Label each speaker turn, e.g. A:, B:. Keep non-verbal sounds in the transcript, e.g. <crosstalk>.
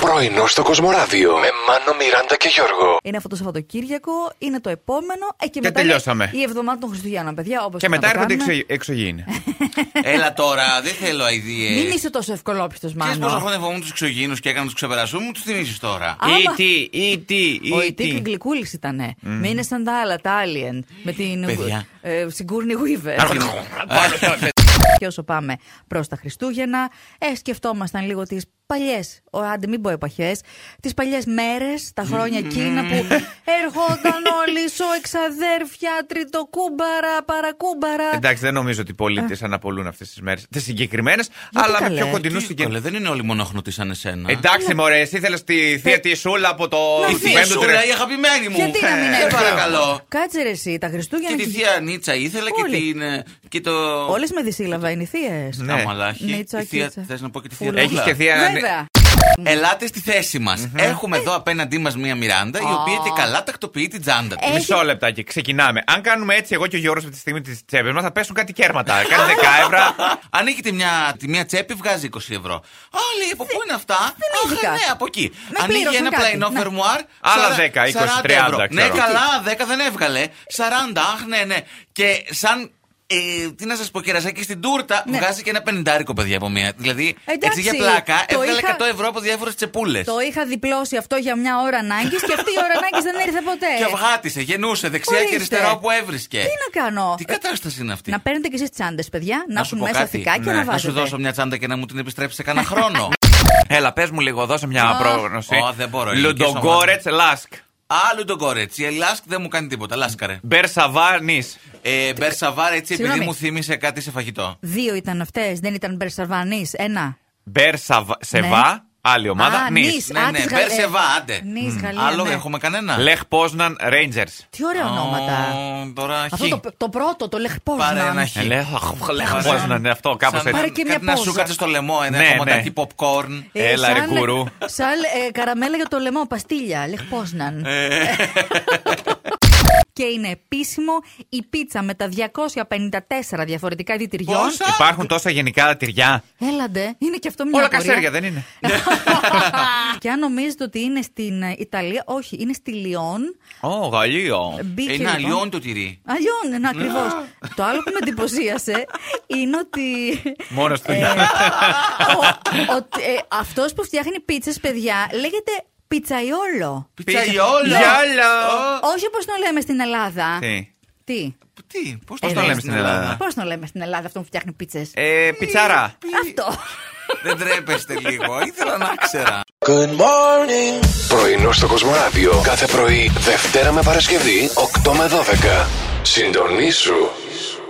A: Πρωινό στο Κοσμοράδιο με Μάνο, Μιράντα και Γιώργο.
B: Είναι αυτό το Σαββατοκύριακο, είναι το επόμενο. Ε, και, μετά
C: τελειώσαμε.
B: είναι Η εβδομάδα των Χριστουγέννων, παιδιά. Όπως
C: Και
B: και να
C: μετά
B: το
C: έρχονται
B: κάνουμε.
C: εξω-
B: <laughs>
C: εξωγήινοι.
D: Έλα τώρα, δεν θέλω
B: Μην
D: αειδίε.
B: είσαι τόσο ευκολόπιστος,
D: Ξέρεις
B: μάλλον.
D: πόσα χρόνια φοβόμουν του εξωγήνου και έκανα του ξεπερασού μου, τους θυμίζεις τώρα.
B: Άμα-
C: Ήτι, ήτι,
B: Ο Ιτή
C: ήτι.
B: Γλυκούλη ήταν. Με είναι σαν τα άλλα, τα Alien. Με την
D: Παιδιά.
B: ε, συγκούρνη Weaver.
C: λοιπόν.
B: Και όσο πάμε προς τα Χριστούγεννα, ε, σκεφτόμασταν λίγο τις παλιές, άντε μην πω επαχέ, τις παλιές μέρες, τα χρόνια εκείνα
C: <laughs>
B: που ερχόταν όλοι σου εξαδέρφια, τριτοκούμπαρα, παρακούμπαρα.
C: Εντάξει, δεν νομίζω ότι πολλοί τις αναπολούν αυτές τις μέρες. Τις συγκεκριμένες,
B: Γιατί
C: αλλά με
B: καλέ,
C: πιο
D: Τι
C: κοντινού
D: Νούστηκε.
C: συγγενεί.
D: Δεν είναι όλοι μονόχνοτοι σαν εσένα.
C: Εντάξει, μωρέ, εσύ ήθελε τη θεία της Σούλα από το.
D: Η
C: την
D: θεία
C: Πέμπτου
D: σου,
C: Τρε-
D: ρε, η αγαπημένη μου. Ε,
B: Γιατί να μην
D: Σε
B: έρθω.
D: παρακαλώ.
B: Κάτσε ρε εσύ, τα Χριστούγεννα.
D: Και τη θεία Νίτσα ήθελα και
B: Όλοι.
D: την. ε, Και το.
B: Όλες με δυσύλλαβα είναι οι θείε.
C: Ναι.
D: Αμαλάχη.
B: Νίτσα, Κίτσα.
D: Θες να πω και τη θεία
B: Φούλα.
C: Έχεις και θεία. ναι.
B: Βέβαια.
D: Ελάτε στη θέση μας.
B: Ε.
D: Έχουμε εδώ απέναντί μας μία Μιράντα, η οποία και καλά τακτοποιεί την τσάντα τη.
B: Έχει-
C: Μισό λεπτάκι, ξεκινάμε. Αν κάνουμε έτσι, εγώ και ο Γιώργος αυτή τη στιγμή τις τσέπες μας θα πέσουν κάτι κέρματα. Κάτι δεκάευρα.
D: Ανοίγει τη μια, τη μια τσέπη, βγάζει 20 ευρώ. Α, λέει, από πού είναι αυτά.
B: δεν έχει
D: Αχ,
B: κάτι.
D: ναι, από εκεί.
B: Με
D: Ανοίγει
B: πλήρωσαν
D: ένα
B: κάτι.
D: πλαϊνό
B: Ναι.
D: φερμουάρ.
C: Άλλα
D: σαρα-
C: 10, 20,
D: 40
C: 30,
D: ευρώ. Ναι,
C: ξέρω.
D: καλά, 10 δεν έβγαλε. 40, αχ, ναι, ναι. Και σαν. Ε, τι να σας πω, κερασάκι στην τούρτα
B: Ναι.
D: βγάζει και ένα πενιντάρικο παιδιά από μία. Δηλαδή,
B: Εντάξει,
D: έτσι για πλάκα,
B: το
D: έβγαλε
B: είχα-
D: 100 ευρώ από διάφορες τσεπούλες.
B: Το είχα διπλώσει αυτό για μια ώρα ανάγκης και αυτή η ώρα ανάγκης δεν ήρθε ποτέ.
D: Και αυγάτισε, γεννούσε δεξιά
B: Ορίστε.
D: και αριστερά όπου έβρισκε.
B: Τι να κάνω.
D: Τι κατάσταση είναι αυτή.
B: Να παίρνετε κι εσείς τσάντες, παιδιά, να,
D: Να σου
B: έχουν
D: πω
B: μέσα
D: κάτι.
B: θικά και
C: Ναι.
B: να
C: Να
D: Να σου
B: βάζετε.
D: δώσω μια τσάντα και να μου την επιστρέψεις σε κανένα
B: <laughs>
D: χρόνο.
C: <laughs> Έλα, πες μου λίγο, δώσε μια
B: Ω.
C: πρόγνωση.
D: Ω, δεν μπορώ, ελληνική
C: Λουντογκόρετ Λάσκ.
D: Άλλου τον κόρετσι. Η Ε, Λάσκ δεν μου κάνει τίποτα. Λάσκαρε.
C: Μπερσαβάρ Νις.
D: Ε, Μπερσαβάρ, έτσι, επειδή
B: Συγγνώμη.
D: μου θύμισε κάτι σε φαγητό.
B: Δύο ήταν αυτές, δεν ήταν Μπερσαρβανή. Ένα.
C: Μπερσαβά, Σεβά, άλλη ομάδα.
B: Ναι. Α,
C: Νις.
B: Νις.
D: Ναι,
B: Α,
D: ναι,
B: της Γαλλ-
D: Μπερσεβά,
B: ε,
D: άντε.
B: Νις,
D: Μμ.
B: Γαλλία,
D: Άλλο
B: ναι.
D: έχουμε κανένα.
C: Λεχ Πόσναν Rangers.
B: Τι ωραία
D: Ω,
B: ονόματα.
D: Τώρα χ.
B: Αυτό το, το πρώτο, το λεχπόζνα.
D: Πάρε ένα χ.
C: Ε, Λεχ
D: Σαν-
C: Πόσναν, ναι, αυτό κάπω
D: σαν-
B: Πάρε
C: έτσι.
B: και
D: κάτι
B: μια
D: Να σου
B: πόζα. Ε,
D: κάτσε στο λαιμό ένα
C: Ναι, ναι.
D: κομματάκι popcorn.
C: Ε, Έλα, ρε,
B: σαν-
C: κουρού.
B: Σαν ε, καραμέλα για το λαιμό, παστίλια, λεχπόζναν.
C: Ε.
B: <laughs> Και είναι επίσημο η πίτσα με τα 254 διαφορετικά διτυριών.
D: Πόσα?
C: Υπάρχουν τόσα γενικά τυριά.
B: Έλαντε, είναι και αυτό μια
C: Όλα
B: απορία.
C: κασέρια δεν είναι.
B: <laughs>
C: <laughs>
B: και αν νομίζετε ότι είναι στην ε, Ιταλία, όχι, είναι στη Λιόν.
C: Ω, Γαλλίο.
B: Μπήκε,
D: Ε, Είναι
B: λοιπόν.
D: αλλιών το τυρί.
B: Αλλιών, ναι, ακριβώς.
C: <laughs>
B: το άλλο που με εντυπωσίασε είναι ότι. ε,
C: Μόνος του. ναι.
B: Αυτό ε, που φτιάχνει πίτσες, παιδιά, λέγεται πιτσαϊόλο.
D: Πιτσαϊόλο.
C: Γυάλο.
B: Όχι όπως το λέμε στην Ελλάδα.
C: Τι.
B: Τι.
D: Τι, πώς
C: Πώς
D: το
C: το Ε, λέμε
D: λέμε
C: στην Ελλάδα.
B: Πώς το λέμε στην Ελλάδα αυτό που φτιάχνει πίτσες.
C: Ε, πιτσάρα.
B: Αυτό.
D: Δεν τρέπεστε λίγο. Ήθελα να ξέρα.
A: Πρωινό στο Κοσμοράδιο κάθε πρωί, Δευτέρα με Παρασκευή, 8 με 12. Συντονίσου.